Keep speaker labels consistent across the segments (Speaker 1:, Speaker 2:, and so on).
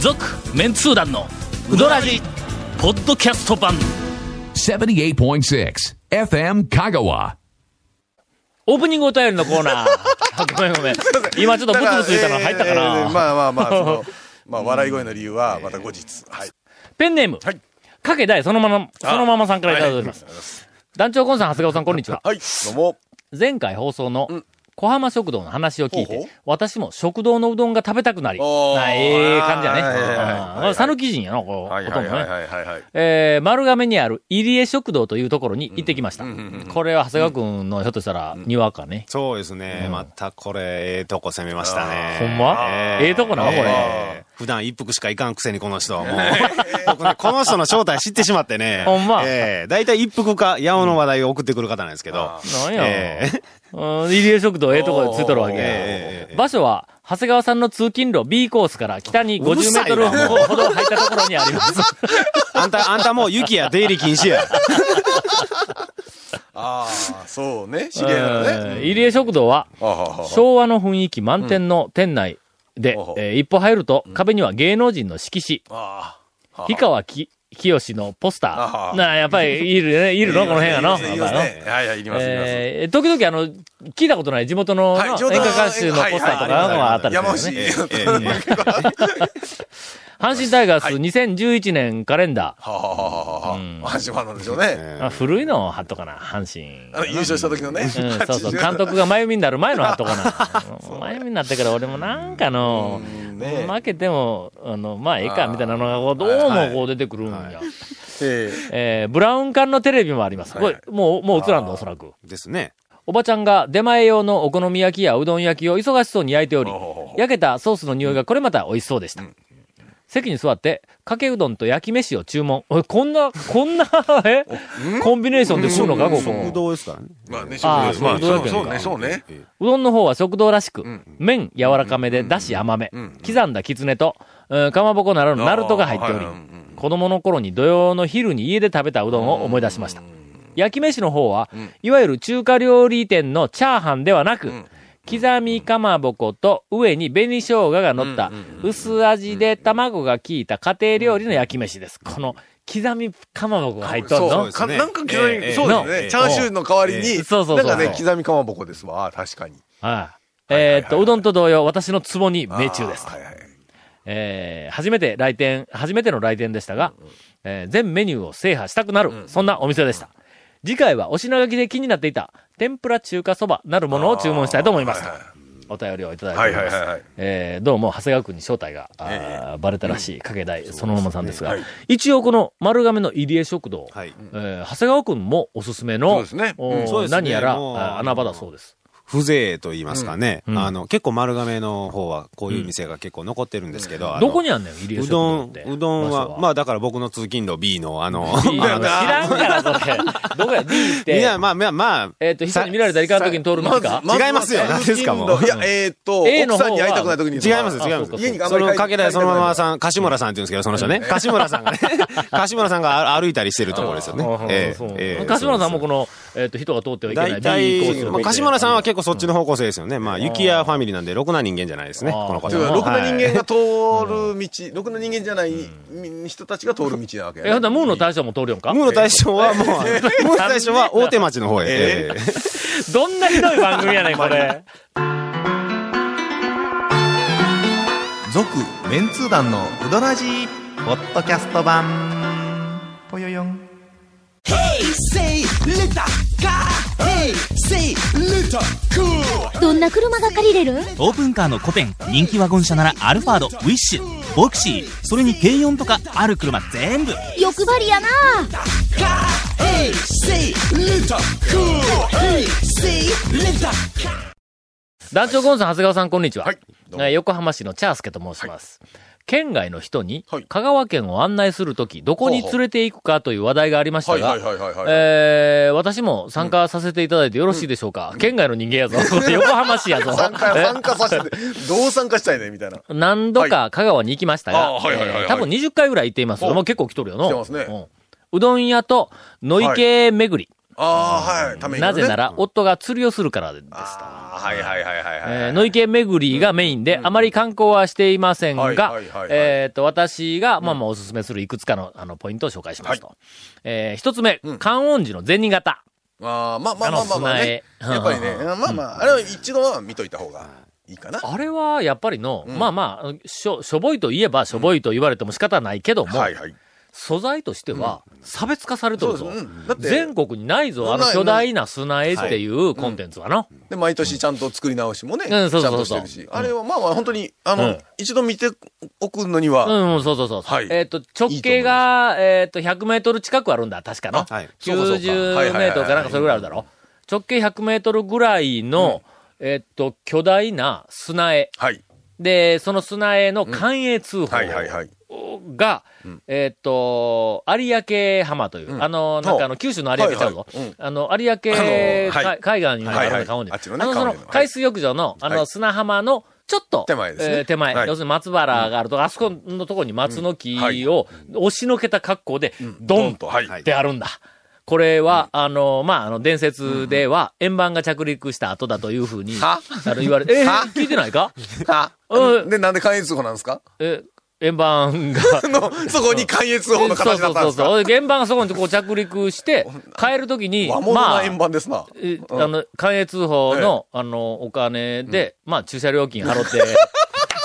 Speaker 1: 続メンツー団のウドラジポッドキャスト版
Speaker 2: 78.6 FM Kagawa.
Speaker 1: オープニングお便りのコーナーあ ごめんごめん今ちょっとブツブツ言ったの入ったかな、
Speaker 3: えーえーまあまあまあ、その、まあ、笑い声の理由は、また後日。はい。
Speaker 1: ペンネーム、
Speaker 3: はい
Speaker 1: かけ大そのままそのままさんからいただいております、団長コンさん長谷川さんこんにちは
Speaker 3: はい、どうも。
Speaker 1: 前回放送の小浜食堂の話を聞いて、
Speaker 3: ほうほう
Speaker 1: 私も食堂のうどんが食べたくなり、
Speaker 3: おー
Speaker 1: あええ感じやね。
Speaker 3: はいはいはいはい
Speaker 1: うんこれ讃岐人やな、こう、
Speaker 3: はい
Speaker 1: ほ
Speaker 3: は
Speaker 1: とん
Speaker 3: い
Speaker 1: ど
Speaker 3: は
Speaker 1: ね
Speaker 3: い。はいはい。
Speaker 1: えー丸亀にある入江食堂というところに行ってきました。これは長谷川くんのひょっとしたら、にわかね。
Speaker 4: そうですね。またこれ、ええとこ攻めましたね。
Speaker 1: ほんまええとこなこれ
Speaker 4: え普段一服しか行かんくせにこの人。もう 僕ね、この人の正体知ってしまってね。
Speaker 1: ほんま
Speaker 4: ええ大体一服か、八尾の話題を送ってくる方なんですけど。
Speaker 1: なんや。
Speaker 4: え え
Speaker 1: うん入江食堂、ええとこでついとるわけや
Speaker 4: ええええ
Speaker 1: 場所は、長谷川さんの通勤路 B コースから北に
Speaker 4: うる
Speaker 1: 50メ
Speaker 4: さ
Speaker 1: ー
Speaker 4: い
Speaker 1: トル
Speaker 4: な
Speaker 1: ほどほど入ったところにあり ます。
Speaker 4: あんた、あんたもう雪や出入り禁止や。
Speaker 3: ああ、そうね、知り合いなのね。
Speaker 1: うん入江食堂は、
Speaker 3: ああああ
Speaker 1: 昭和の雰囲気満点の店内で、
Speaker 3: うん
Speaker 1: えー一歩入ると壁には芸能人の色紙、
Speaker 3: ああ。
Speaker 1: 氷川き清のポスター。
Speaker 3: ああ
Speaker 1: なあ、やっぱりいる ね、い
Speaker 3: い
Speaker 1: るのこの辺やの。
Speaker 3: いり
Speaker 1: や
Speaker 3: ま
Speaker 1: っぱり
Speaker 3: す
Speaker 1: の
Speaker 3: ね。はいはい、いります、いります。
Speaker 1: えー、時々あの、聞いたことない地元の
Speaker 3: はい
Speaker 1: な
Speaker 3: 地元
Speaker 1: 演
Speaker 3: の
Speaker 1: 歌歌手のポスターとか
Speaker 3: はい
Speaker 1: があったり
Speaker 3: 山
Speaker 1: す
Speaker 3: 伏
Speaker 1: るね。
Speaker 4: ええええ
Speaker 1: 阪神タイガース2011年カレンダー。
Speaker 3: はあはあはあはあ。阪神ファンなんでしょうね。
Speaker 1: あ古いのを貼っとかな、阪神。
Speaker 3: あの、優勝した時のね。
Speaker 1: う ん、そうそう。
Speaker 3: 80
Speaker 1: 監督が真由みになる前の後か な。真由みになってから俺もなんかの、
Speaker 3: うんね
Speaker 1: 負けても、あの、まあええか、
Speaker 3: あー
Speaker 1: みたいなのがこう、どうもこう出てくるんや。
Speaker 3: え
Speaker 1: えーブラウン管のテレビもあります。これ、もう、もう映らんの、おそらく。
Speaker 4: ですね。
Speaker 1: おばちゃんが出前用のお好み焼きやうどん焼きを忙しそうに焼いており
Speaker 3: ほうほうほ、う
Speaker 1: 焼けたソースの匂いがこれまた美味しそうでした。席に座って、かけうどんと焼き飯を注文。おいこんな、こんな、えコンビネーションで食うのか、ここ。
Speaker 4: 食堂ですからね。
Speaker 3: えまあね、
Speaker 1: ああ
Speaker 3: 食堂まあ
Speaker 1: そういうこと
Speaker 3: そう
Speaker 1: か
Speaker 3: ね、そうね。
Speaker 1: うどんの方は食堂らしく、麺柔らかめで、だし甘め、刻んだきつねと、うんかまぼこならぬナルトが入っており
Speaker 3: あーはいうんうん、
Speaker 1: 子供の頃に土曜の昼に家で食べたうどんを思い出しました。焼き飯の方は、いわゆる中華料理店のチャーハンではなく、刻みかまぼこと上に紅生姜が乗った、薄味で卵が効いた家庭料理の焼き飯です。この、刻みかまぼこが入っとる
Speaker 3: そ
Speaker 1: の
Speaker 3: う、か
Speaker 4: そうですね
Speaker 3: なんか刻み、
Speaker 4: ええ
Speaker 3: そうですね、
Speaker 4: ええ
Speaker 3: チャーシューの代わりに、
Speaker 1: ええそうそうそう
Speaker 3: なんかね、刻みかまぼこですわ、あ確かに。
Speaker 1: はいえーっと、うどんと同様、私の壺に命中です
Speaker 3: あ。ーはいはい。
Speaker 1: えー初めて来店、初めての来店でしたが、えー全メニューを制覇したくなる、そんなお店でした。次回はお品書きで気になっていた、天ぷら中華そばなるものを注文したいと思います。
Speaker 3: はいはい
Speaker 1: お便りをいただいてお
Speaker 3: は
Speaker 1: り
Speaker 3: い
Speaker 1: ます。
Speaker 3: はいはいはい。
Speaker 1: えーどうも、長谷川君に正体が、あーバレたらしい、かけ大、そのままさんですが、一応この丸亀の入江食堂、
Speaker 4: はい。
Speaker 1: えー長谷川君もおすすめ
Speaker 3: そう
Speaker 1: の、
Speaker 3: ですね
Speaker 1: おー
Speaker 4: うんそうですね
Speaker 1: 何やら
Speaker 4: もう
Speaker 1: あー穴場だそうです。
Speaker 4: 風情と言いますかね。
Speaker 1: ん
Speaker 4: あの、結構丸亀の方はこういう店が結構残ってるんですけど。あの
Speaker 1: どこにあんねん、入江
Speaker 4: う
Speaker 1: 食堂
Speaker 4: ど
Speaker 1: っ
Speaker 4: ん
Speaker 1: て。、
Speaker 4: うど
Speaker 1: 場
Speaker 4: ん
Speaker 1: 所
Speaker 4: は、まあだから僕の通勤路 B のあの、
Speaker 1: いや知らんから、それ。どこや、D っ
Speaker 4: い
Speaker 1: て
Speaker 4: や、。まあまあまあ、
Speaker 1: えっと、久に見られたらいかん時に通るのか
Speaker 4: まず違いますよ何ですかもう
Speaker 3: いや、えーっと、
Speaker 1: A の
Speaker 3: 奥
Speaker 1: 方は
Speaker 3: さんに会いたくない時に。
Speaker 4: 違います、
Speaker 1: あ
Speaker 4: 違いま
Speaker 1: そうか
Speaker 4: す。
Speaker 3: 家に頑張
Speaker 4: そ
Speaker 3: り
Speaker 4: のかけ
Speaker 3: 帰
Speaker 4: ら
Speaker 3: り
Speaker 4: そのままさん、柏村さんって言うんですけど、その人ね。柏村さん がね、柏村さんが歩いたりしてるところですよね
Speaker 1: ああ。
Speaker 4: え
Speaker 1: そう
Speaker 4: えええ
Speaker 1: 柏村さんもこの、えっと、人が通ってはいけない
Speaker 4: 大
Speaker 1: B コー
Speaker 4: 体
Speaker 1: ス、を
Speaker 4: ま
Speaker 1: 見
Speaker 4: あ、
Speaker 1: て。
Speaker 4: 柏村さんは結構そっちの方向性ですよね。まあ、雪屋ファミリーなんで、ろくな人間じゃないですね、
Speaker 1: ああ
Speaker 4: この方
Speaker 3: だからろくな人間
Speaker 4: はい
Speaker 3: が通る道、ろくな人間じゃない人たちが通る道なわけやね
Speaker 1: え、ほんならムーの大将も通るやんか
Speaker 4: ムーの大将はもう、 ムーの大 将は大手町の方へ。ええ
Speaker 1: どんなひどい番組やねん、これ。
Speaker 5: 続メンツー団のウドラジポッドキャスト版ぽよよん
Speaker 6: Say little car. Hey, say little cool.
Speaker 7: どんな車が借りれる
Speaker 8: オープンカーのコペン人気ワゴン車ならアルファードウィッシュボクシーそれに軽4とかある車全部
Speaker 7: 欲張りやな
Speaker 6: Hey, say little cool. Hey, say little.
Speaker 1: 団長ゴンさん、長谷川さん、こんにちは。
Speaker 3: はいどうも
Speaker 1: えー横浜市のチャースケと申します。県外の人に
Speaker 3: はい、
Speaker 1: 香川県を案内するとき、どこに連れて行くかという話題がありました
Speaker 3: はい
Speaker 1: が
Speaker 3: はい、はいはいはい。
Speaker 1: えー、私も参加させていただいてよろしいでしょうか、県外の人間やぞ。 横浜市やぞ。
Speaker 3: 参加、
Speaker 1: え
Speaker 3: 参加させて、どう参加したいね、みたいな。
Speaker 1: 何度か香川に行きましたが、
Speaker 3: あーはいはいはいはい
Speaker 1: えー多分20回ぐらい行っています。
Speaker 3: お
Speaker 1: もう結構来とるよの。
Speaker 3: 来てますね
Speaker 1: うんうどん屋と、野池巡り、
Speaker 3: ああ、はい。ためにな
Speaker 1: な
Speaker 3: るね
Speaker 1: ぜなら、夫が釣りをするからですと。
Speaker 3: ああ、はいはいはいはいはい。
Speaker 1: えー野池巡りがメインで、あまり観光はしていません
Speaker 3: はい
Speaker 1: が
Speaker 3: はいはいはい、
Speaker 1: えっと、私が、まあまあおすすめするいくつかの、あの、ポイントを紹介しますと。えー一つ目、観音寺の銭形。
Speaker 3: ああ、まあまあまあまあまあね。
Speaker 1: あの砂絵
Speaker 3: やっぱりね、まあまあ、あれは一度は見といた方がいいかな。
Speaker 1: あれは、やっぱりの、まあまあ、しょ、しょぼいと言えば、しょぼいと言われても仕方ないけども、
Speaker 3: はいはい。
Speaker 1: 素材としては、差別化されてる
Speaker 3: そ
Speaker 1: ぞ
Speaker 3: うですうんだっ。て
Speaker 1: 全国にないぞ、あの
Speaker 3: ない
Speaker 1: 巨大な砂絵っていうコンテンツはの。
Speaker 3: で、毎年ちゃんと作り直しもね、ち
Speaker 1: う
Speaker 3: ゃ
Speaker 1: ん
Speaker 3: ん
Speaker 1: そうそうそ
Speaker 3: と
Speaker 1: うそう
Speaker 3: してるし。あれはまあまあ、本当に、あ
Speaker 1: う
Speaker 3: の
Speaker 1: ん、
Speaker 3: 一度見ておくのには、
Speaker 1: うん、うんそうそうそうそう。
Speaker 3: はい
Speaker 1: えっ、と、直径が、えっ、と、100メートル近くあるんだ、確かの。
Speaker 4: あはいそうかそうか
Speaker 1: 90メートルかなんかそれぐらいあるだろ。直径100メートルぐらいの、えっ、と、巨大な砂絵。
Speaker 3: はい。
Speaker 1: で、その砂絵の関営通報が、
Speaker 3: はいはいはい。
Speaker 1: えっ、と、有明浜という、
Speaker 3: ん
Speaker 1: あの、なんかあの、九州の有明ちゃうぞ。
Speaker 3: はいはいうん
Speaker 1: あの、有明海、
Speaker 3: あのはい
Speaker 1: 海岸にある
Speaker 3: はいは
Speaker 1: の
Speaker 3: い
Speaker 1: 川に。
Speaker 3: あっちのね
Speaker 1: あの、その
Speaker 3: 川の、はい
Speaker 1: 海水浴場の、あ
Speaker 3: は
Speaker 1: の、
Speaker 3: い
Speaker 1: 砂浜の、ちょっと、
Speaker 3: 手前ですね
Speaker 1: えー手前、
Speaker 3: はい
Speaker 1: 要するに松原があるとか、あそこのとこに松の木
Speaker 3: うんはい
Speaker 1: を押しのけた格好で、ドンと
Speaker 3: はい。
Speaker 1: ってあるんだ。これは、あの、まあ、あの、伝説では、円盤が着陸した後だというふうに、あ
Speaker 3: は
Speaker 1: の、言われて、え
Speaker 3: は
Speaker 1: ー聞いてないか
Speaker 3: は
Speaker 1: うん
Speaker 3: で、なんで関越法なんですか
Speaker 1: え、円盤が、
Speaker 3: の、そこに関越法の形だったんです
Speaker 1: そう
Speaker 3: か
Speaker 1: そうそう。現場がそこにこう着陸 して、帰るときに、
Speaker 3: 和物な
Speaker 1: まあ、
Speaker 3: 円盤ですな。
Speaker 1: え
Speaker 3: うん
Speaker 1: あの、関越通報の、あの、お金で、まあ、駐車料金払って、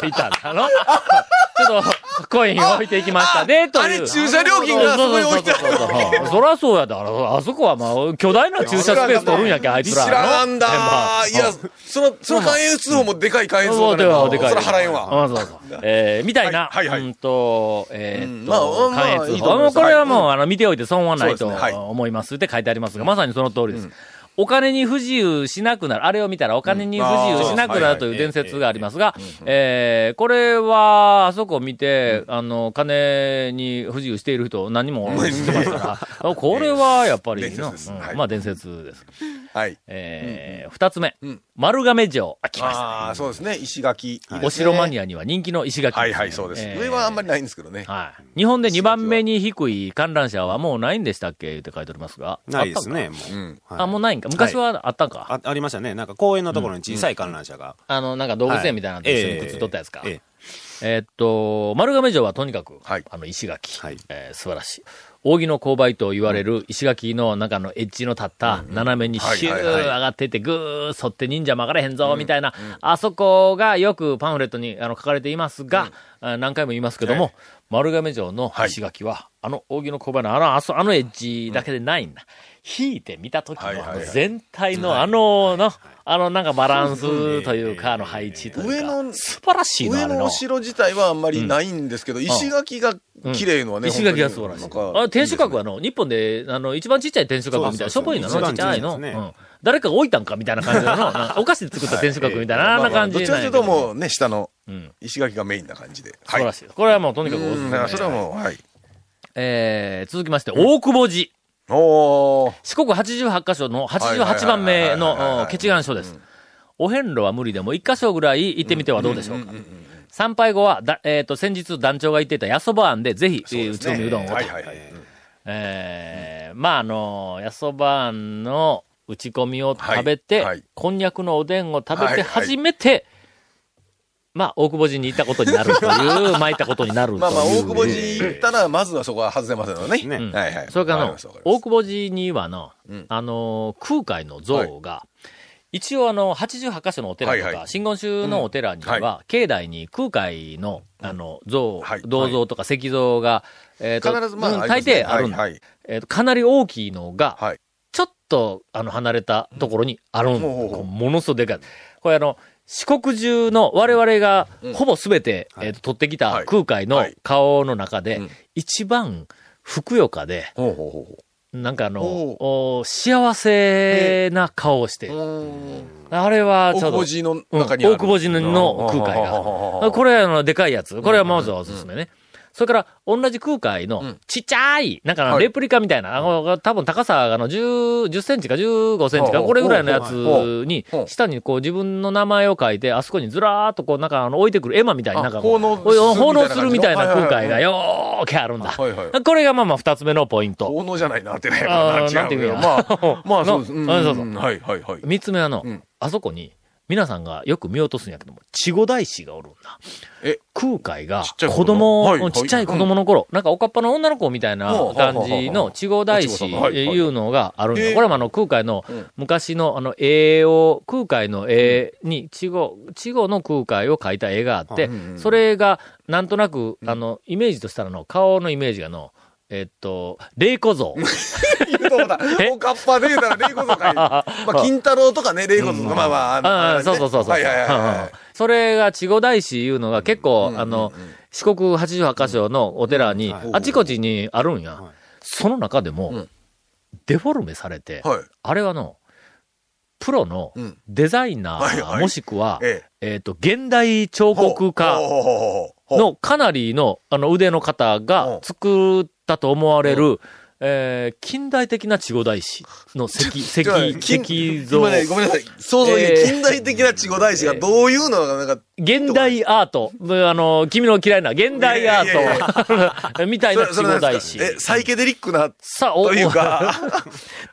Speaker 1: いたんだの。 ちょっと、コイン置いていきましたね、という。
Speaker 3: あれ駐車料金がそこに置いてあ
Speaker 1: そ
Speaker 3: る
Speaker 1: うそうそうそうそらそうやだ。あのあそこはまあ、巨大な駐車スペース取るんやけん、あいつ
Speaker 3: 知
Speaker 1: ら。
Speaker 3: らん
Speaker 1: 円
Speaker 3: だ
Speaker 1: 盤
Speaker 3: いや、その、その関越法もでかい関越法だけ
Speaker 1: そう
Speaker 3: ど、
Speaker 1: でかい
Speaker 3: それ払えんわ。
Speaker 1: あそう そう。えーみたいな、
Speaker 3: はいはいはい
Speaker 1: うんと、えーっと、
Speaker 3: うんまあ
Speaker 1: 関
Speaker 3: まあ
Speaker 1: 越
Speaker 3: いいと思い
Speaker 1: も
Speaker 3: ま
Speaker 1: う
Speaker 3: す
Speaker 1: これはもう、
Speaker 3: は
Speaker 1: あの、見ておいて損はないと
Speaker 3: そうですねはい
Speaker 1: 思いますって書いてありますが、まさにその通りです。お金に不自由しなくなる。あれを見たらお金に不自由しなくなるという伝説がありますが、えーこれは、あそこを見て、あの、金に不自由している人何人も知ってますから、 これはやっぱり
Speaker 3: 伝説です
Speaker 1: うん
Speaker 3: はい
Speaker 1: まあ伝説です。
Speaker 3: はい。
Speaker 1: えー二つ目
Speaker 3: うん、
Speaker 1: 丸亀城。あ、来ました。
Speaker 3: ああ、そうですね。石垣。
Speaker 1: お城マニ
Speaker 3: ア。
Speaker 1: アには人気の石垣ですね、
Speaker 3: はいはい、そうです。
Speaker 1: えー
Speaker 3: 上はあんまりないんですけどね。
Speaker 1: はい。日本で2番目に低い観覧車はもうないんでしたっけって書いておりますが。
Speaker 4: ないですね、も
Speaker 3: う
Speaker 4: う。
Speaker 3: ん。
Speaker 1: あったんか。あ、もうないんか。昔はあったんか。
Speaker 4: あありましたね。なんか公園のところに小さい観覧車が。
Speaker 1: あの、なんか動物園みたいなのと一緒にくっつっとったやつか。
Speaker 4: えええ
Speaker 1: えーっと、丸亀城はとにかく、
Speaker 3: はい
Speaker 1: あの、石垣、
Speaker 4: はい
Speaker 1: えー素晴らしい。扇の勾配と言われる石垣の中のエッジの立った斜めにシュー
Speaker 3: はいはいはい
Speaker 1: 上がっていってぐーそって忍者曲がれへんぞみたいな、あそこがよくパンフレットにあの書かれていますが、あ何回も言いますけども、丸亀城の石垣は、あの扇の勾配のあのあそあのエッジだけでないんだ。引いてみた時の
Speaker 3: はいはいはい
Speaker 1: 全体のあの、の、あのなんかバランスというか、あの配置というか。
Speaker 3: 上の
Speaker 1: 素晴らしいな、
Speaker 3: 上
Speaker 1: あれ
Speaker 3: の
Speaker 1: の
Speaker 3: お。城自体はあんまりないんですけど、石垣が綺麗のはね、
Speaker 1: 石垣が素晴らしい。あれ、天守閣
Speaker 3: は。
Speaker 1: はの、日本で、あの、一番ちっちゃい天守閣みたいな、しょぼいの
Speaker 4: そう
Speaker 1: ち
Speaker 4: そうそう
Speaker 1: っちゃいの。う
Speaker 4: 一番ちっちゃいですね
Speaker 1: ん誰かが置いたんかみたいな感じの、なんかお菓子で作った天守閣みたいな、あん
Speaker 3: ま
Speaker 1: な
Speaker 3: あまあ
Speaker 1: 感じ
Speaker 3: どっち
Speaker 1: な
Speaker 3: か
Speaker 1: ん
Speaker 3: と
Speaker 1: や
Speaker 3: いう
Speaker 1: け
Speaker 3: と
Speaker 1: ども
Speaker 3: もうね、下の
Speaker 1: うん
Speaker 3: 石垣がメインな感じで。
Speaker 1: 素晴ら
Speaker 3: い。
Speaker 1: しいです。これはもうとにかくおすす
Speaker 3: うん、
Speaker 1: め
Speaker 3: だからそれはもう、はい。
Speaker 1: えー続きまして、大久保寺。
Speaker 3: おー。
Speaker 1: 四国88カ所の88番目のケチガン所です。お遍路は無理でも1カ所ぐらい行ってみてはどうでしょうか。参拝後はだ、えっ、と、先日団長が言っていたやそば庵で、ぜひ、えー、うちのみうどんをと。
Speaker 3: はいはいはい。
Speaker 1: えーまあ、あの、やそば庵の打ち込みを食べて、
Speaker 3: はいはい
Speaker 1: こんにゃくのおでんを食べ
Speaker 3: はい
Speaker 1: て
Speaker 3: はい
Speaker 1: 初めて、まあ、大久保寺に行ったことにな るという、まあ、行ったことになるという。
Speaker 3: まあまあ、大久保寺行ったら、まずはそこは外せませんよね。
Speaker 4: ね。
Speaker 3: はいはい。
Speaker 1: それから
Speaker 3: わ
Speaker 1: の
Speaker 3: りますわか、ります
Speaker 1: 大久保寺にはの、
Speaker 3: ん
Speaker 1: あのー、空海の像が、一応あの、88カ所のお寺とか、
Speaker 3: はいはい
Speaker 1: 真言宗のお寺には、
Speaker 3: うんは
Speaker 1: 境内に空海の、あの、像、
Speaker 3: はい
Speaker 1: 銅像とか石像が、えーと
Speaker 3: 必ずまあ、
Speaker 1: うん
Speaker 3: りま
Speaker 1: 大
Speaker 3: すね
Speaker 1: 抵あるんだ。
Speaker 3: はいはい
Speaker 1: えーとかなり大きいのが、
Speaker 3: はい
Speaker 1: ちょっと、あの、離れたところにあるんだ
Speaker 3: うんほうほうほう
Speaker 1: ものすごいでかい。これあの、四国中の我々がほぼ全て、えーと取ってきた
Speaker 3: はい
Speaker 1: 空海の
Speaker 3: はい
Speaker 1: 顔の中で、
Speaker 3: うん
Speaker 1: 一番ふくよかで、
Speaker 3: ほうほうほうほう。
Speaker 1: なんかあの、
Speaker 3: お
Speaker 1: お幸せな顔をして、あれは
Speaker 3: 大
Speaker 1: ちょ
Speaker 3: 久
Speaker 1: うど、う
Speaker 3: 保
Speaker 1: ん大
Speaker 3: 寺の中にある。
Speaker 1: 久保寺の空海が。これはあの、でかいやつ。これはまずはおすすめね。それから、同じ空海の、ちっちゃい、なんかあの
Speaker 3: はい
Speaker 1: レプリカみたいな、あの、多分高さがあの10、10センチか15センチか、
Speaker 3: ほう
Speaker 1: これぐらいのやつ
Speaker 3: ほう
Speaker 1: に
Speaker 3: ほう、
Speaker 1: 下にこう自分の名前を書いて、あそこにずらーっとこう、なんかあの、置いてくる絵馬みたいな、
Speaker 3: あ
Speaker 1: なんかこ
Speaker 3: 奉
Speaker 1: う、
Speaker 3: 納
Speaker 1: 奉納するみたいな空海が
Speaker 3: よ。
Speaker 1: よーけあるんだ
Speaker 3: はいはい。
Speaker 1: これがまあまあ二つ目のポイント。
Speaker 3: 奉納じゃないなってね。
Speaker 1: あー
Speaker 3: 違
Speaker 1: なんていうんや
Speaker 3: まあ、 まあそうです。
Speaker 1: の
Speaker 3: ん
Speaker 1: あそうそう
Speaker 3: はいはいはい。
Speaker 1: 三つ目はあの、
Speaker 3: うん
Speaker 1: あそこに、皆さんがよく見落とすんやけども、稚語大師がおるんだ。
Speaker 3: え
Speaker 1: 空海が
Speaker 3: ちっ、ちゃい子供
Speaker 1: 子供、
Speaker 3: はいはい
Speaker 1: ちっちゃい子供の頃、なんかおかっぱの女の子みたいな
Speaker 3: ほう
Speaker 1: 感じの稚語大師
Speaker 3: 稚語さんはいはい
Speaker 1: いうのがあるんだ。
Speaker 3: へえ
Speaker 1: これもあの空海の
Speaker 3: うん
Speaker 1: 昔のあの絵を、空海の絵に稚語、稚語の空海を描いた絵があって、
Speaker 3: うん
Speaker 1: それがなんとなく、あの、イメージとしたらの、顔のイメージがの、えっと、霊子像。
Speaker 3: 言うと思った
Speaker 1: え
Speaker 3: おかっぱで言うたら、レイコゾかい。まあ、金太郎とかね、レイコゾとか、まあまああの、あ
Speaker 1: あ
Speaker 3: れ
Speaker 1: あ、
Speaker 3: ね
Speaker 1: そうそうそうそう。
Speaker 3: はいはいはい
Speaker 1: うんう
Speaker 3: は
Speaker 1: んそれが、稚語大師いうのが結構、あの、四国八十八箇所のお寺に、
Speaker 4: はい
Speaker 1: あちこちにあるんや。
Speaker 4: はい
Speaker 1: その中でも、
Speaker 3: うん
Speaker 1: デフォルメされて、
Speaker 3: い。はい。
Speaker 1: あれはの、プロの
Speaker 3: うん
Speaker 1: デザイナー、
Speaker 3: はいはい
Speaker 1: もしくは、
Speaker 3: え
Speaker 1: えっ、と、現代彫刻家
Speaker 3: ほうほうほうほうほう
Speaker 1: のかなりのあの腕の方が作ったと思われる、えー近代的な稚語大師の石、石、
Speaker 3: ちょっと待って金
Speaker 1: 石像。
Speaker 3: 今ね、ごめんなさい。想像
Speaker 1: え
Speaker 3: に
Speaker 1: ー
Speaker 3: 近代的な稚語大師がどういうのが、なんか、
Speaker 1: 現代アート。あの、君の嫌いな現代ア
Speaker 3: いやいやい
Speaker 1: ー ト。みたい
Speaker 3: そ
Speaker 1: な
Speaker 3: れ、そ
Speaker 1: 地
Speaker 3: れ
Speaker 1: 方
Speaker 3: なんで
Speaker 1: 大
Speaker 3: す
Speaker 1: 師
Speaker 3: か。え、サイケデリックな、
Speaker 1: さあ、お、
Speaker 3: というか、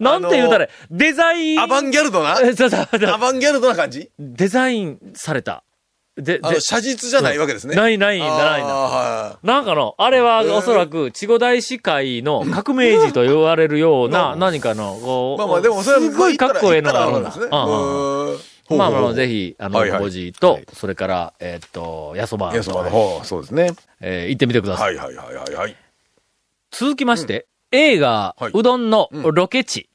Speaker 1: お なんて言うたら、デザイン。
Speaker 3: アバンギャルドな
Speaker 1: え そうそうそう
Speaker 3: アバンギャルドな感じ
Speaker 1: デザインされた。で、で
Speaker 3: あの、写実じゃないわけですね。
Speaker 1: ないない
Speaker 3: あ
Speaker 1: ん
Speaker 3: ー
Speaker 1: だ、ないんだ。
Speaker 3: は
Speaker 1: なんかの、あれはおそらく、稚語大師会の革命児と言われるような、何かの、こう、
Speaker 3: い。まあまあ、でもそれは、
Speaker 1: すごいかっこええのがあるん
Speaker 3: 言
Speaker 1: だ。
Speaker 3: っ
Speaker 1: う
Speaker 3: た
Speaker 1: ん
Speaker 3: らあ
Speaker 1: うんうん
Speaker 3: るんですね。
Speaker 1: まあまあ、ぜ
Speaker 3: ひ。
Speaker 1: ひ、あの、
Speaker 3: はいはい
Speaker 1: ごじと、それから、えーっと、やそば
Speaker 3: いや、そうだ、ほうそうですね。
Speaker 1: えー行ってみてください。
Speaker 3: はいはいはいはいはい。
Speaker 1: 続きまして、映画、
Speaker 3: はいう
Speaker 1: どんの
Speaker 3: う
Speaker 1: ロケ地、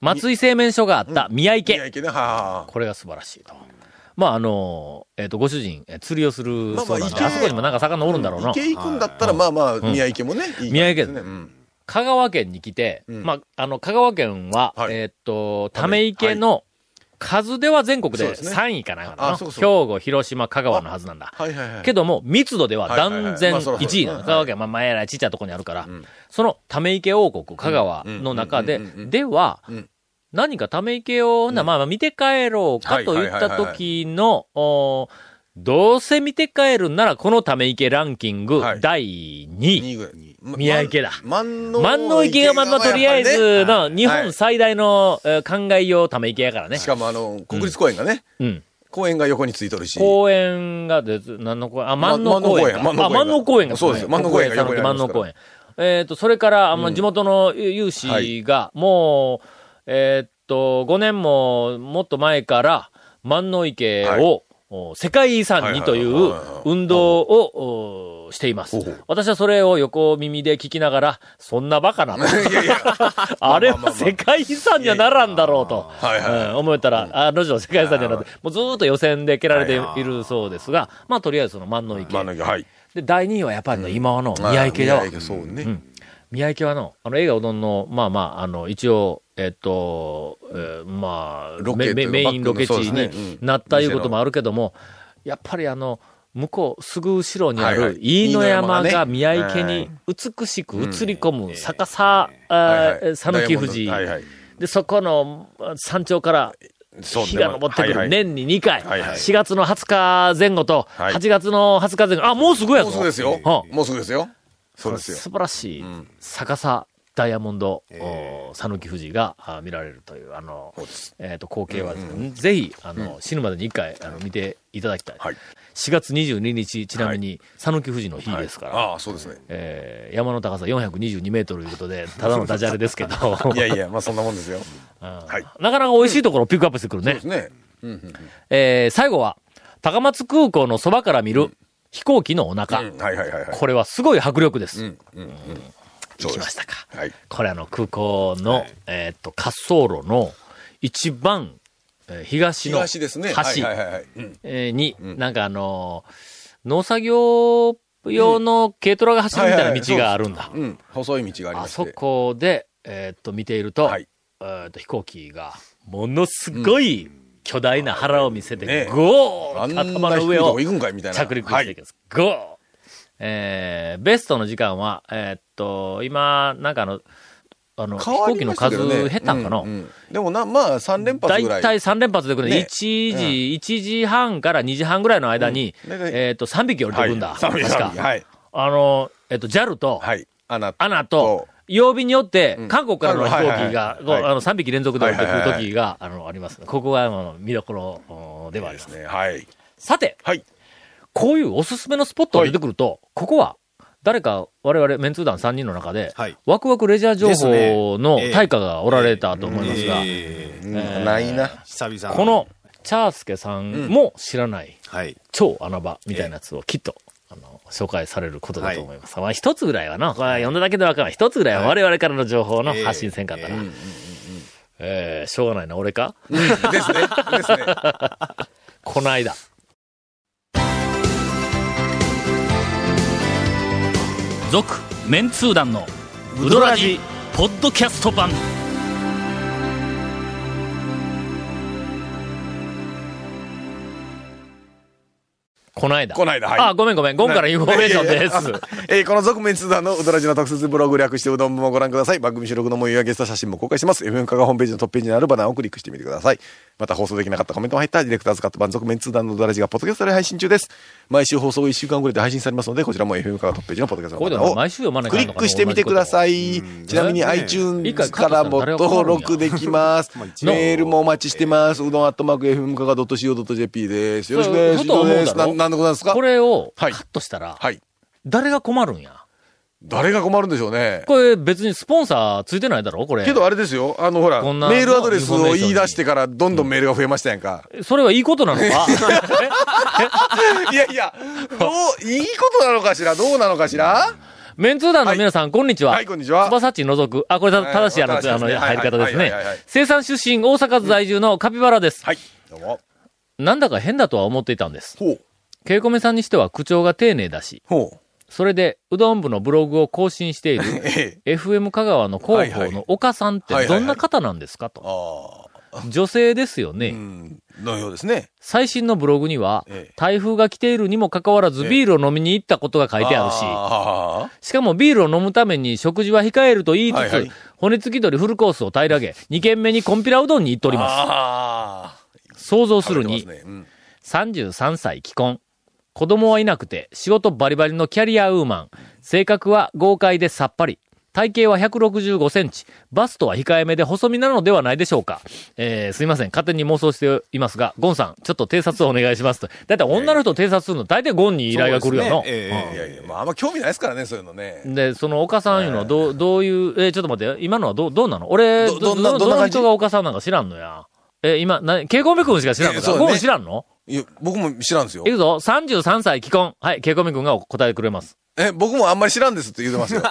Speaker 1: 松井製麺所があった宮池。
Speaker 3: いやいけね、はあはあ。
Speaker 1: これが素晴らしいと。まあ、あの、えっ、と、ご主人、えー釣りをする
Speaker 3: まあま
Speaker 1: そ
Speaker 3: あ
Speaker 1: うなんで、
Speaker 3: 池
Speaker 1: あそこにもなんか魚おるんだろうな。
Speaker 3: 池行くんだったら、まあまあ、宮池もね、いい感じですね
Speaker 1: 宮池
Speaker 3: うん
Speaker 1: 香川県に来て、
Speaker 3: うん
Speaker 1: まあ、あの、香川県は、
Speaker 3: はい
Speaker 1: えっ、と、ため池の、数では全国
Speaker 3: そう
Speaker 1: で
Speaker 3: ですね
Speaker 1: 3位かなんかな
Speaker 3: あそうそう
Speaker 1: 兵庫、広島、香川のはずなんだ。
Speaker 3: はいはいはい。
Speaker 1: けども、密度では
Speaker 3: はいはいは
Speaker 1: 断
Speaker 3: い
Speaker 1: 然
Speaker 3: まあそらそうです
Speaker 1: 1位なの。
Speaker 3: はい
Speaker 1: 香川県は、まあ、前らちっちゃいとこにあるから、
Speaker 3: ん
Speaker 1: そのため池王国、香川の中で
Speaker 3: うんうんうんうんう、ん
Speaker 1: では
Speaker 3: うん、
Speaker 1: 何かため池を、ほんならまあまあ見て帰ろうかと言った時の、おーどうせ見て帰るんならこのため池ランキング
Speaker 3: はい
Speaker 1: 第2位。
Speaker 3: 二位ぐらいま
Speaker 1: 宮池だ
Speaker 3: 万能
Speaker 1: 万能池がまあまあとりあえず
Speaker 3: やっぱ
Speaker 1: の日本最大のえー灌漑用ため池やから
Speaker 3: りね
Speaker 1: ね
Speaker 3: し。かもあの、国立公園がね、
Speaker 1: うん。
Speaker 3: 公園が横についとるし。
Speaker 1: 公園がで、何の公園あ、万能公園か。
Speaker 3: 万能公園
Speaker 1: あ、万能公園が。
Speaker 3: そうですよ万能公園が横にあり
Speaker 1: 万
Speaker 3: ますから
Speaker 1: 能公園。えっ、と、それから、あの、地元の有志が、もう、えっ、と、5年も、もっと前から、万能池を、
Speaker 3: はい
Speaker 1: お世界遺産にとい
Speaker 3: はいはい
Speaker 1: う
Speaker 3: はいはいはい
Speaker 1: 運動をおしています
Speaker 3: ほうほう。
Speaker 1: 私はそれを横耳で聞きながら、そんなバカな。
Speaker 3: いやいや、
Speaker 1: あれ
Speaker 3: まあ
Speaker 1: は
Speaker 3: まあまあ
Speaker 1: 世界遺産にはならんだろうと、
Speaker 3: いやいやはいはい
Speaker 1: うん思えたら、あの人は世界遺産にはなって、もうずーっと予選で蹴られて
Speaker 4: はいはい
Speaker 1: いるそうですが、まあとりあえずその万能池。
Speaker 3: 万能池、はい。
Speaker 1: で、第2位はやっぱりの今はの宮池だわ
Speaker 3: 宮。池、そうね。
Speaker 1: ん宮池はの、あの映画うどんの、まあまあ、あの、一応、えっと、えーまあ、
Speaker 3: ロケと
Speaker 1: メ
Speaker 3: い
Speaker 1: メ
Speaker 3: うか
Speaker 1: メインロケ地
Speaker 3: バックのそうです
Speaker 1: に
Speaker 3: ねうん
Speaker 1: なったいうこともあるけども、やっぱりあの、向こう、すぐ後ろにあ
Speaker 3: はい
Speaker 1: る
Speaker 3: は、い
Speaker 1: 飯野山
Speaker 3: 飯野
Speaker 1: が
Speaker 3: 山がね
Speaker 1: 宮池に美しく映り込む逆さ、あー讃岐富士。
Speaker 3: はいはい。
Speaker 1: で、そこの山頂から
Speaker 3: そう
Speaker 1: 日が昇ってく
Speaker 3: はいは
Speaker 1: る。
Speaker 3: い
Speaker 1: 年に2回。
Speaker 3: はいはい
Speaker 1: 4月の20日前後と、
Speaker 3: はい
Speaker 1: 8月の20日前後。あ、もうすぐやぞ。
Speaker 3: もうすぐですよ。
Speaker 1: はあ
Speaker 3: もうすぐですよ。そうですよ。
Speaker 1: 素晴らしい
Speaker 3: ん
Speaker 1: 逆さダイヤモンド、
Speaker 4: え
Speaker 1: お讃岐富士があ見られるという、あの
Speaker 3: そうです、
Speaker 1: えっ、と、光景はですね、ぜひ、あの、死ぬまでに1回、あの、見ていただきたい。
Speaker 3: はい
Speaker 1: 4月22日、ちなみに、讃岐富士の日ですから。
Speaker 3: ああ、そうですね。
Speaker 1: えー山の高さ422メートルということ で、ただのダジャレですけど、
Speaker 3: いやいや、まあそんなもんですよ。はい。
Speaker 1: なかなか美味しいところをピックアップしてくるね。
Speaker 3: そうですね。
Speaker 1: えー最後は、高松空港のそばから見る飛行機のお腹。
Speaker 3: うんはいはいはいはい。
Speaker 1: これはすごい迫力です。
Speaker 3: うんうんうん。
Speaker 1: 行
Speaker 3: そう
Speaker 1: き
Speaker 3: で
Speaker 1: まし
Speaker 3: す
Speaker 1: たか。
Speaker 3: はい。
Speaker 1: これあの空港の、えーっと、滑走路の一番、えー東の
Speaker 3: 東ですね。はい
Speaker 1: 橋
Speaker 3: はいはいはい。うん
Speaker 1: えーに、なんかあのー農作業用の軽トラが走るみたいな道があるんだ。
Speaker 3: うん。細い道があり
Speaker 1: あ
Speaker 3: まして。
Speaker 1: そこで、えーっと、見ていると、
Speaker 3: はい
Speaker 1: えーっと、飛行機が、ものすごい巨大な腹を見せて、
Speaker 3: ね
Speaker 1: ゴ
Speaker 3: あん
Speaker 1: ー
Speaker 3: な
Speaker 1: 頭の
Speaker 3: 低い
Speaker 1: 上
Speaker 3: と
Speaker 1: を
Speaker 3: こ行くんかいみたいな。
Speaker 1: 着陸していくんです。ゴー、ええー、ベストの時間は、えーっと、今、なんかあの、あの、飛
Speaker 3: 変わ
Speaker 1: 行機
Speaker 3: りま
Speaker 1: の
Speaker 3: した
Speaker 1: 数
Speaker 3: けどね
Speaker 1: 減ったんかな、
Speaker 3: うんうんでもな、まあ、3連発
Speaker 1: 大
Speaker 3: ぐらい。
Speaker 1: 体3連発で来るね。
Speaker 3: ね
Speaker 1: 1時、一時半から2時半ぐらいの間に、
Speaker 3: うんだから
Speaker 1: えーっと、3匹降りてくるんだ。
Speaker 3: はい
Speaker 1: 確か。
Speaker 3: はい。
Speaker 1: あの、えーっと、JAL と、
Speaker 3: はい。あなた。
Speaker 1: アナと
Speaker 3: そ、
Speaker 1: 曜日によって
Speaker 3: う、ん
Speaker 1: 韓国からの飛行機
Speaker 3: は
Speaker 1: が
Speaker 3: いは、
Speaker 1: こ
Speaker 3: い
Speaker 1: う
Speaker 3: はいはい
Speaker 1: あの、3匹連続で降りてくる
Speaker 3: はいはいはい
Speaker 1: 時が、あの、あります。ここが、あの、見どころおではあり
Speaker 3: で
Speaker 1: ますす。
Speaker 3: ね。はい。
Speaker 1: さて、
Speaker 3: はい。
Speaker 1: こういうおすすめのスポットが出てくると、ここは、誰か、我々、メンツー団3人の中で、
Speaker 4: はい
Speaker 1: ワクワクレジャー情
Speaker 4: ですね
Speaker 1: 報の
Speaker 4: ええ
Speaker 1: 対価がおられたと思いますが、
Speaker 4: えー
Speaker 3: うんないな。
Speaker 4: 久々
Speaker 1: この、チャースケさんも知らない、
Speaker 4: はい。
Speaker 1: 超穴場みたいなやつをきっと、あの、紹介されることだと思います。まあ、一つぐらいはな、これは読んだだけでわかる一つぐらいは我々からの情報の発信せんかったら、えーしょうがないな、俺か
Speaker 3: で すね。ですね。
Speaker 1: この間。
Speaker 8: 続メンツー団のウドラジポッドキャスト版
Speaker 1: この間。
Speaker 3: こないだ、はい。
Speaker 1: あ、ごめんごめん。ゴンからインフォメーションです。
Speaker 3: えーこの続面通談のうどらじの特設ブログ略してうどん部もご覧ください。番組収録の模様やゲスト写真も公開してます。FM カがホームページのトップページにあるバナーをクリックしてみてください。また放送できなかったコメントも入ったディレクターズカット版続面通談のうどらじがポッドキャストで配信中です。毎週放送1週間ぐらいで配信されますので、こちらも FM カがトップページのポッドキャスト
Speaker 1: こういう
Speaker 3: 版
Speaker 1: の
Speaker 3: を
Speaker 1: 毎週読まない
Speaker 3: クリックしてみてください。ちなみに
Speaker 4: ね
Speaker 3: iTunes からも登録できます。メールもお待ちしてます。うどんアットマーク FM カが .co.jp です。よろしくです。
Speaker 1: ふと思うだろ
Speaker 3: です。ななんでございますか
Speaker 1: これをカ
Speaker 3: はい
Speaker 1: ットしたら、
Speaker 3: はい。
Speaker 1: 誰が困るんや。
Speaker 3: 誰が困るんでしょうね。
Speaker 1: これ別にスポンサーついてないだろこれ。
Speaker 3: けどあれですよ、あのほら、
Speaker 1: こんな
Speaker 3: メールアドレス
Speaker 1: インフォメ
Speaker 3: を
Speaker 1: ーション
Speaker 3: 言
Speaker 1: に
Speaker 3: い出してからどんどんメールが増えましたやんか。
Speaker 1: それはいいことなのか
Speaker 3: いやいや、どう、いいことなのかしら、どうなのかしら
Speaker 1: メンツー団の皆さん、こんにちは。
Speaker 3: はいこんにちは
Speaker 1: 翼っち除く。あ、これた、
Speaker 3: はい
Speaker 1: 正しいあの、
Speaker 3: 正しいで
Speaker 1: あ
Speaker 3: す
Speaker 1: の、
Speaker 3: ね
Speaker 1: 入り方ですね
Speaker 3: はいはいはいはい。
Speaker 1: 生産出身、大阪在住のカピバラです。
Speaker 3: はい、どうも。
Speaker 1: なんだか変だとは思っていたんです。
Speaker 3: ほう、
Speaker 1: ケイコメさんにしては口調が丁寧だし、
Speaker 3: ほう、
Speaker 1: それで、うどん部のブログを更新してい る、
Speaker 3: ええ。
Speaker 1: FM 香川の広報の岡さんっ
Speaker 3: は
Speaker 1: て
Speaker 3: いはい
Speaker 1: どんな方なんですかと。
Speaker 3: ああ、
Speaker 1: 女性ですよね。
Speaker 3: うん、のようですね。
Speaker 1: 最新のブログには
Speaker 3: ええ、
Speaker 1: 台風が来ているにもかかわらず
Speaker 3: ええ
Speaker 1: ビールを飲みに行ったことが書いてあるし、
Speaker 3: あ
Speaker 1: しかもビールを飲むために食事は控えると言いつつ、
Speaker 3: はいはい
Speaker 1: 骨付き鳥フルコースを平らげ、2軒目にコンピラうどんに行っており
Speaker 3: あ、
Speaker 1: ま
Speaker 3: ああ、
Speaker 1: す。想像す
Speaker 3: 食べ
Speaker 1: る
Speaker 3: てま
Speaker 1: に、
Speaker 3: すね。うん
Speaker 1: 33歳既婚。子供はいなくて、仕事バリバリのキャリアウーマン。性格は豪快でさっぱり。体型は165センチ。バストは控えめで細身なのではないでしょうか。えー、すいません。勝手に妄想していますが、ゴンさん、ちょっと偵察をお願いしますと。だいたい女の人を偵察するの、大体ゴンに依頼が来るよな。
Speaker 4: そうですねええ
Speaker 3: いやいや、まあ、あんま興味ないですからね、そういうのね。
Speaker 1: で、その岡さんいうのはどう、どういう、えーちょっと待ってよ、今のはどう、どうなの俺、ど、
Speaker 3: どど
Speaker 1: ど
Speaker 3: んな
Speaker 1: の、
Speaker 3: どんな
Speaker 1: どの
Speaker 3: 感じ
Speaker 1: 人が岡さんなんか知らんのや。えー今、な、ケイコミ君しか知らんの
Speaker 3: えーそ
Speaker 1: か。
Speaker 3: うだね
Speaker 1: ゴン知らんの
Speaker 3: いや、僕も知らんですよ
Speaker 1: い。くぞ、33歳既婚。はい、ケイコミ君がお答えてくれます。
Speaker 3: え、僕もあんまり知らんですって言うて ますよ。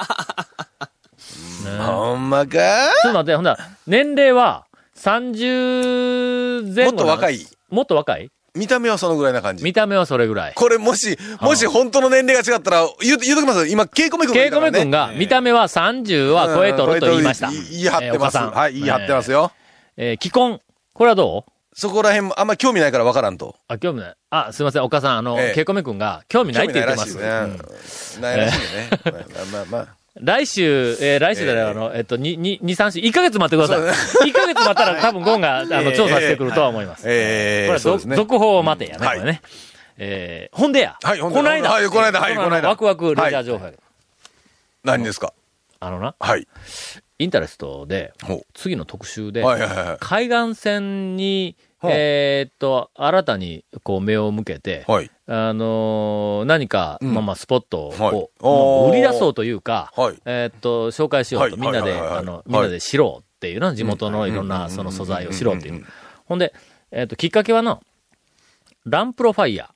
Speaker 3: ほんまか
Speaker 1: ちょっと待って、ほんなら年齢は、30前後なの
Speaker 3: もっと若い。
Speaker 1: もっと若い
Speaker 3: 見た目はそのぐらいな感じ。
Speaker 1: 見た目はそれぐらい。
Speaker 3: これもし、もし本当の年齢が違ったら、言う、言うときますよ。今、ケイコメ君
Speaker 1: ケイコミ君
Speaker 3: が
Speaker 1: が、見た目は30は超えとると言いました。
Speaker 3: うん言い張ってます。
Speaker 1: えー岡さん
Speaker 3: はい、言い張ってますよ。
Speaker 1: えーえー既婚。これはどう
Speaker 3: そこら辺もあんま興味ないから分からんと。
Speaker 1: あ、興味ない。あ、すいません、岡さん、あの、
Speaker 3: ええ
Speaker 1: ケイコミ君が、興味ないって言ってま
Speaker 3: 興
Speaker 1: す。
Speaker 3: 味ないらしいね。ないらしいね。まあまあまあ。
Speaker 1: 来週、えー来週だよ、
Speaker 3: ええ
Speaker 1: あの、えっと、に、に、2、3週、1ヶ月待ってくだ
Speaker 3: そうで
Speaker 1: さい。1ヶ月待ったら多分ゴンが、あ の、調査してくるとは思います。
Speaker 3: え
Speaker 1: こ
Speaker 3: え、
Speaker 1: れ
Speaker 3: そう
Speaker 1: ど、
Speaker 3: ですね。
Speaker 1: 続報を待てやね、
Speaker 3: はい
Speaker 1: これね。えーほんでや。
Speaker 3: はいほんで
Speaker 1: こないだ。
Speaker 3: はいこないだはいこないだ
Speaker 1: ワクワクレジャー情報やけど
Speaker 3: 何ですか
Speaker 1: あのな、
Speaker 3: はい。
Speaker 1: インタレストで、
Speaker 3: ほう
Speaker 1: 次の特集で、
Speaker 3: はいはいはい
Speaker 1: 海岸線に、
Speaker 3: ほう
Speaker 1: えーっと、新たに、こう、目を向けて、
Speaker 3: はい。
Speaker 1: あのー何か、
Speaker 3: うん
Speaker 1: まあまあ、スポット
Speaker 3: はい
Speaker 1: を、
Speaker 3: おー
Speaker 1: まあ売り出そうというか、
Speaker 3: はい
Speaker 1: えーっと、紹介しようと、
Speaker 3: はい
Speaker 1: みんなで、
Speaker 3: はいはいはい
Speaker 1: あ
Speaker 3: は
Speaker 1: の
Speaker 3: い、
Speaker 1: みんなで知ろうっていうの、地元のいろんな、その素材を知ろうっていう。ほんで、えーっと、きっかけはな、ランプロファイヤー。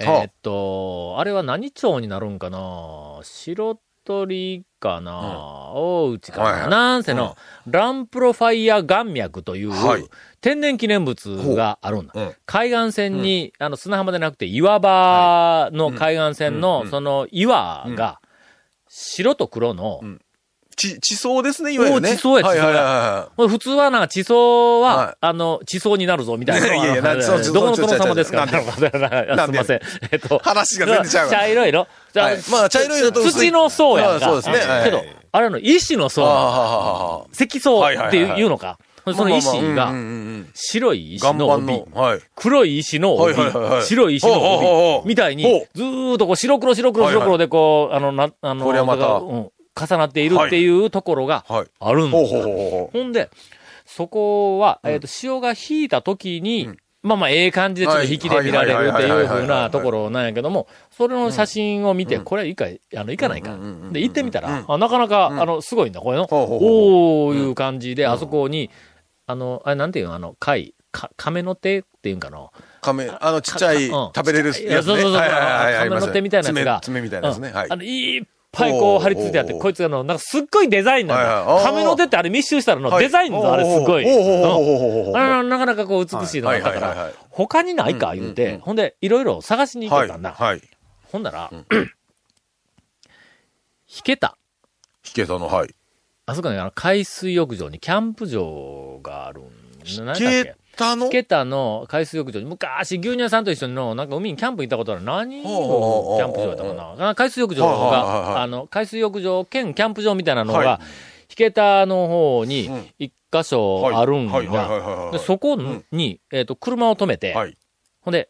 Speaker 1: え
Speaker 3: はあ
Speaker 1: ーっと、あれは何町になるんかな白鳥かな、大内かな、
Speaker 3: はいはい
Speaker 1: なんせの、ランプロファイヤー岩脈という、
Speaker 3: はい
Speaker 1: 天然記念物があるんだ。
Speaker 3: うん
Speaker 1: 海岸線に、あの、砂浜でなくて岩場の海岸線の、その岩が、白と黒の、
Speaker 3: んち、地層ですね、いわゆるね。
Speaker 1: おー地層や
Speaker 3: はいはいはい
Speaker 1: 地層
Speaker 3: は
Speaker 1: ほんで普通はなんか地層は、
Speaker 3: はい
Speaker 1: あの、地層になるぞ、みたいな。
Speaker 3: いやいやいや
Speaker 1: あの
Speaker 3: なそうそう
Speaker 1: どこの殿様 ですか
Speaker 3: そう
Speaker 1: な
Speaker 3: なんん
Speaker 1: で
Speaker 3: です
Speaker 1: いません。えっと。
Speaker 3: 話が全然ちゃうわ
Speaker 1: 茶色いの
Speaker 3: い。はいまあ、茶色いのと薄い
Speaker 1: 土の層やんか。
Speaker 3: あーそうですね。はい
Speaker 1: けど、あれの石の
Speaker 3: あーは
Speaker 1: 層、
Speaker 3: ははは
Speaker 1: 石層
Speaker 3: はいは
Speaker 1: っ
Speaker 3: いは
Speaker 1: て
Speaker 3: い
Speaker 1: いういうのか。ほんでその石
Speaker 3: まあまあうん
Speaker 1: が、
Speaker 3: うんうん
Speaker 1: 白い石
Speaker 3: 岩
Speaker 1: の
Speaker 3: 盤
Speaker 1: 帯
Speaker 3: の。。はい。
Speaker 1: 黒い石の帯
Speaker 3: はいはいはいは、い
Speaker 1: 白い石
Speaker 3: ほうほう
Speaker 1: の
Speaker 3: ほうほ
Speaker 1: 帯、
Speaker 3: う
Speaker 1: みたいに
Speaker 3: ほう、
Speaker 1: ずーっとこう白黒白黒白
Speaker 3: はいは
Speaker 1: 黒
Speaker 3: い
Speaker 1: でこう、あの、な、あの、
Speaker 3: こりゃまた
Speaker 1: うん重なっているっていうところが
Speaker 3: はい。
Speaker 1: あるん
Speaker 3: ほ
Speaker 1: で
Speaker 3: う
Speaker 1: す
Speaker 3: ほうほうほ
Speaker 1: ほんで、そこは、えっ、と、潮が引いた時に、まあまあ、ええ感じでちょっと引きで見られるっていうふうなところなんやけども、それの写真を見て、これはいか、あの、いかないか。で、行ってみたら、あなかなか、あの、すごいんだ、これの。
Speaker 3: ほうほうほう
Speaker 1: おー、いう感じで、あそこに、あの、あれ、なんていうの、あの、貝、か、亀の手っていうんかな。
Speaker 3: う。亀、あの、ちっちゃい、
Speaker 1: うん
Speaker 3: 食べれるやつ
Speaker 1: い
Speaker 3: ね。
Speaker 1: や、そうそうそう。
Speaker 3: はいはいはいはい
Speaker 1: 亀の手みたいなやつが。
Speaker 3: 爪、爪みたいなやつね。
Speaker 1: うん
Speaker 3: はい
Speaker 1: あ。の、いっぱいこう貼り付いてあって、
Speaker 3: おうおう
Speaker 1: こ
Speaker 3: おう
Speaker 1: いつがあの、なんかすっごいデザインなん
Speaker 3: はい
Speaker 1: だ
Speaker 3: は
Speaker 1: よ。
Speaker 3: い
Speaker 1: 亀の手ってあれ密集したらの、
Speaker 3: はい
Speaker 1: デザインのあれすごい。
Speaker 3: おうおうおうおうおうおうおう
Speaker 1: うんあらなかなかこう美しいのがあったか
Speaker 3: はいはいはい
Speaker 1: ら
Speaker 3: はいはい、
Speaker 1: 他にないか言うて、ほんで、いろいろ探しに行っ
Speaker 3: は
Speaker 1: て
Speaker 3: い。
Speaker 1: たんだ。
Speaker 3: はい。弾
Speaker 1: ほんな ら、引けた。
Speaker 3: けたの、はい。
Speaker 1: あそこにあの海水浴場にキャンプ場があるんだっ
Speaker 3: 弾
Speaker 1: け
Speaker 3: けたの
Speaker 1: 引けたの海水浴場に、昔牛乳屋さんと一緒にの、なんか海にキャンプ行ったことある。何
Speaker 3: ほうほ
Speaker 1: の
Speaker 3: う
Speaker 1: キャンプ場やったかな。あ海水浴場
Speaker 3: はいはいはいは
Speaker 1: が、
Speaker 3: い
Speaker 1: あの、海水浴場兼キャンプ場みたいなの
Speaker 3: は
Speaker 1: が、引けたの方に
Speaker 3: うん、
Speaker 1: 一箇所あるん
Speaker 3: はいはいは
Speaker 1: だ。
Speaker 3: いはいはい。
Speaker 1: でそこに、えっと、車を止めて、
Speaker 3: はい。
Speaker 1: ほんで、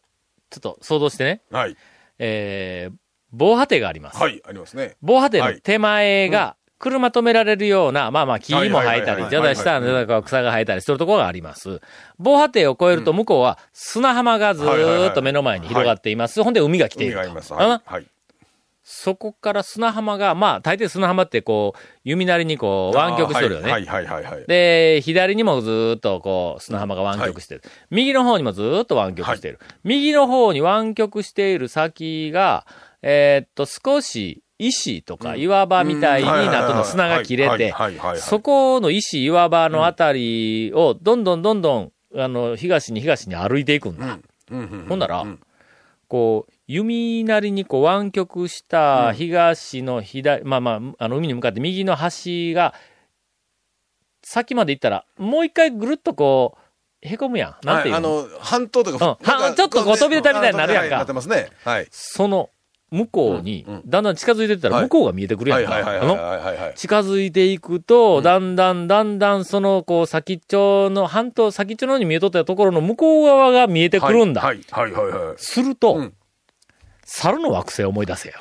Speaker 1: ちょっと想像してね、
Speaker 3: はい。
Speaker 1: えー、防波堤があります。
Speaker 3: はい。ありますね。
Speaker 1: 防波堤の手前が、車止められるような、まあまあ木も生えた
Speaker 3: はいはいはい
Speaker 1: り
Speaker 3: は、い
Speaker 1: じゃだ下
Speaker 3: はいは
Speaker 1: の草が生えたりするところがあります。防波堤を越えると向こうは砂浜がず
Speaker 3: はいはい
Speaker 1: ー
Speaker 3: は
Speaker 1: っ
Speaker 3: い
Speaker 1: と目の前に広がっています。ほんで海が来てい
Speaker 3: 海
Speaker 1: ると。
Speaker 3: があります。
Speaker 1: うん
Speaker 3: はい。はい。
Speaker 1: そこから砂浜が、まあ大抵砂浜ってこう、弓なりにこう湾曲しとるよね。
Speaker 3: はいはいはいはい。
Speaker 1: で、左にもずーっとこう、砂浜が湾曲してる。右の方にもずーっと湾曲してる。右の方に湾曲している先が、えーっと、少し石とか岩場みたいになってるの砂が切れて、
Speaker 3: はいはいはいはいはいはいはい
Speaker 1: そこの石岩場のあたりを、どんどんどんどん、あの、東に東に歩いていくんだ。ほんなら、こう、弓なりにこう湾曲した東の左、まあまあ、あの海に向かって右の端が、先まで行ったら、もう一回ぐるっとこう、へこむやん。なんていう
Speaker 3: は
Speaker 1: の
Speaker 3: いあの、半島とか、
Speaker 1: うん半ちょっとこう飛び出たみたいになるやんか
Speaker 3: はなってますね。はい。
Speaker 1: その、向こうに
Speaker 3: うんうん、
Speaker 1: だんだん近づいてったら、
Speaker 3: はい
Speaker 1: 向こうが見えてくるや
Speaker 3: は
Speaker 1: ん
Speaker 3: い
Speaker 1: か。
Speaker 3: はいはい
Speaker 1: あ
Speaker 3: はい
Speaker 1: の
Speaker 3: はいはい。
Speaker 1: 近づいていくと、だんだんだんだんその、こう、先っちょの、半島先っちょの方に見えとったところの向こう側が見えてくるんだ。
Speaker 3: はいはいはいはい。
Speaker 1: すると、
Speaker 3: うん
Speaker 1: 猿の惑星を思い出せよ。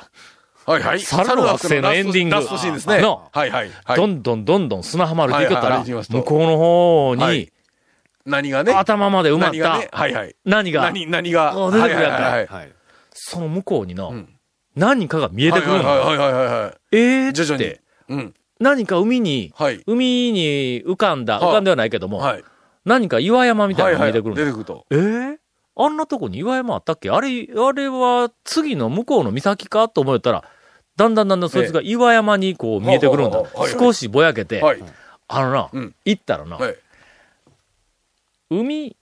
Speaker 3: はいはい。
Speaker 1: 猿の惑星のエンディング
Speaker 3: ラストシーンですね。
Speaker 1: の
Speaker 3: はいはいはい。
Speaker 1: どんどんどんどん砂浜歩いていきよった
Speaker 3: はい
Speaker 1: ら、
Speaker 3: はい歩いていきますと
Speaker 1: 向こうの方に、
Speaker 3: はい何がね。
Speaker 1: 頭まで埋まっ
Speaker 3: 何がね。
Speaker 1: た
Speaker 3: はいはい。
Speaker 1: 何が、
Speaker 3: 何、何が。
Speaker 1: あ出てくるやんか
Speaker 3: はいはいはい
Speaker 4: はい。
Speaker 1: その向こうにの、
Speaker 3: ん
Speaker 1: 何かが見えてくるんだ。
Speaker 3: はいはいはいはいはいは
Speaker 1: ええ
Speaker 3: い。徐々
Speaker 1: っ
Speaker 3: に
Speaker 1: て、。
Speaker 3: うん。
Speaker 1: 何か海に、
Speaker 3: はい。
Speaker 1: 海に浮かんだ、
Speaker 3: はい
Speaker 1: 浮かんではないけども、
Speaker 3: はい。
Speaker 1: 何か岩山みたいなのが見えてくるんだ。
Speaker 3: 出てくると。
Speaker 1: えーあんなとこに岩山あったっけあれ、あれは次の向こうの岬かと思ったら、だんだんだんだんそいつが岩山にこう見えてくるんだ
Speaker 3: はあはあはあは。い
Speaker 1: 少しぼやけて、
Speaker 3: はい。
Speaker 1: あのな、
Speaker 3: うん
Speaker 1: 行ったらな、
Speaker 3: はい。
Speaker 1: 海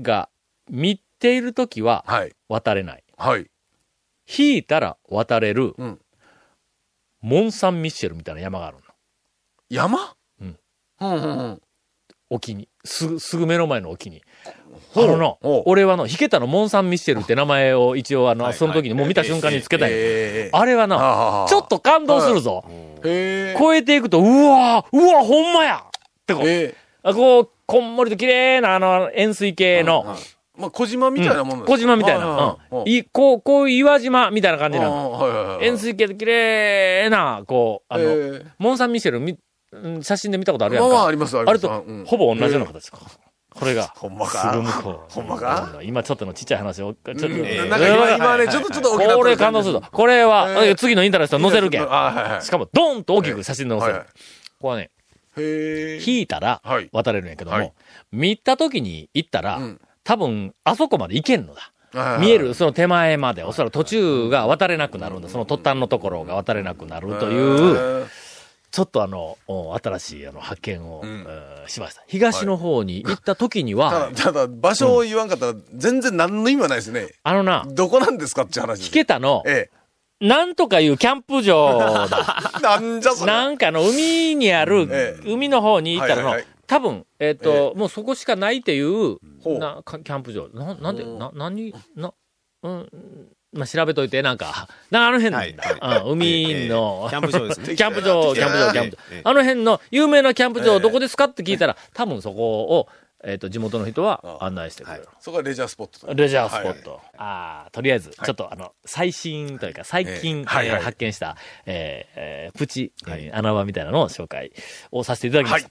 Speaker 1: が見ているときは
Speaker 3: はい。
Speaker 1: 渡れない。
Speaker 3: はい。
Speaker 1: 引いたら渡れる、
Speaker 3: うん
Speaker 1: モン・サン・ミッシェルみたいな山があるの。
Speaker 3: 山
Speaker 1: うん。
Speaker 3: うんうんうん。
Speaker 1: 沖に。すぐ、すぐ目の前の沖に。あ
Speaker 3: う
Speaker 1: のな
Speaker 3: ほう
Speaker 1: 俺はの、引けたのモン・サン・ミッシェルって名前を一応あの、その時にもう見た瞬間につけたんや
Speaker 3: ええ
Speaker 1: あれはな、
Speaker 3: あ
Speaker 1: ちょっ。と感動するぞ。
Speaker 3: へえ。
Speaker 1: 超えていくと、うわーうわほんまやってこう、
Speaker 3: ええ。
Speaker 1: あこう、こんもりと綺麗なあの、円錐系の、
Speaker 3: まあ、小島みたいなもんなんです
Speaker 1: 小島みたいな、うんいこう、こういう岩島みたいな感じなの。円
Speaker 3: 水
Speaker 1: 錐形で綺麗な、こう、あの、
Speaker 3: ええ
Speaker 1: モン・サン・ミシェルみ、うん写真で見たことあるやん
Speaker 3: ま
Speaker 1: か。
Speaker 3: あまあありますあります
Speaker 1: あれと、
Speaker 3: うん
Speaker 1: ほぼ同じような形か。これが、
Speaker 3: ほんますか
Speaker 1: ぐ向こう。
Speaker 3: ほんまか
Speaker 1: 今ちょっとのちっちゃい話を、ちょっと。
Speaker 3: え
Speaker 1: え
Speaker 3: え
Speaker 1: ー
Speaker 3: なんか今今ね、ちょっとちょっと大きな
Speaker 1: これ感動するぞ。これは、え次のインタラストに載せるけん。
Speaker 3: あはいはい
Speaker 1: しかも、ドーンと大きく写真で載せる。
Speaker 3: はいはい
Speaker 1: ここはね、
Speaker 3: へえ。
Speaker 1: 引いたら
Speaker 3: はい、
Speaker 1: 渡れるんやけども、
Speaker 3: はい
Speaker 1: 見た時に行ったら、
Speaker 3: うん
Speaker 1: 多分、あそこまで行けんのだ。
Speaker 3: はいはい
Speaker 1: 見える、その手前まで、おそらく途中が渡れなくなるんだ。その突端のところが渡れなくなるという、
Speaker 3: へえ
Speaker 1: ちょっとあの、お新しいあの発見を、
Speaker 3: ん
Speaker 1: えーしました。東の方に行った時には、
Speaker 3: ただ、ただ、場所を言わんかったら、全然何の意味はないですね。
Speaker 1: あのな、
Speaker 3: どこなんですかっていう話です。
Speaker 1: 引けたの、
Speaker 3: え
Speaker 1: なんとかいうキャンプ場 だ。
Speaker 3: なんじゃそれ。
Speaker 1: なんかの海にある、
Speaker 3: ええ
Speaker 1: 海の方に行ったらの、
Speaker 3: はいはいはい
Speaker 1: 多分、えっ、と、もうそこしかないっていう、
Speaker 3: ほう
Speaker 1: なかキャンプ場。な、なんで、な、何、な、うん、まあ、調べといて、なんか、 なあの辺、
Speaker 4: はい
Speaker 1: うん、海の、
Speaker 4: キャンプ場です ね。
Speaker 1: キャンプ場、キャンプ場、キャンプ場
Speaker 4: ええ。
Speaker 1: あの辺の有名なキャンプ
Speaker 3: え
Speaker 1: 場
Speaker 3: え
Speaker 1: どこですかって聞いたら、多分そこを、えっ、と、地元の人は案内してくれる。
Speaker 3: そこはレジャースポットと
Speaker 1: レジャースポッ。
Speaker 3: は
Speaker 1: ト。ああ、とりあえず、ちょっとあの、最新というか、最近、
Speaker 3: えーはい
Speaker 1: えー
Speaker 3: はい
Speaker 1: 発見した、えーえープチ、えー穴場みたいなのを紹介をさせていただきました。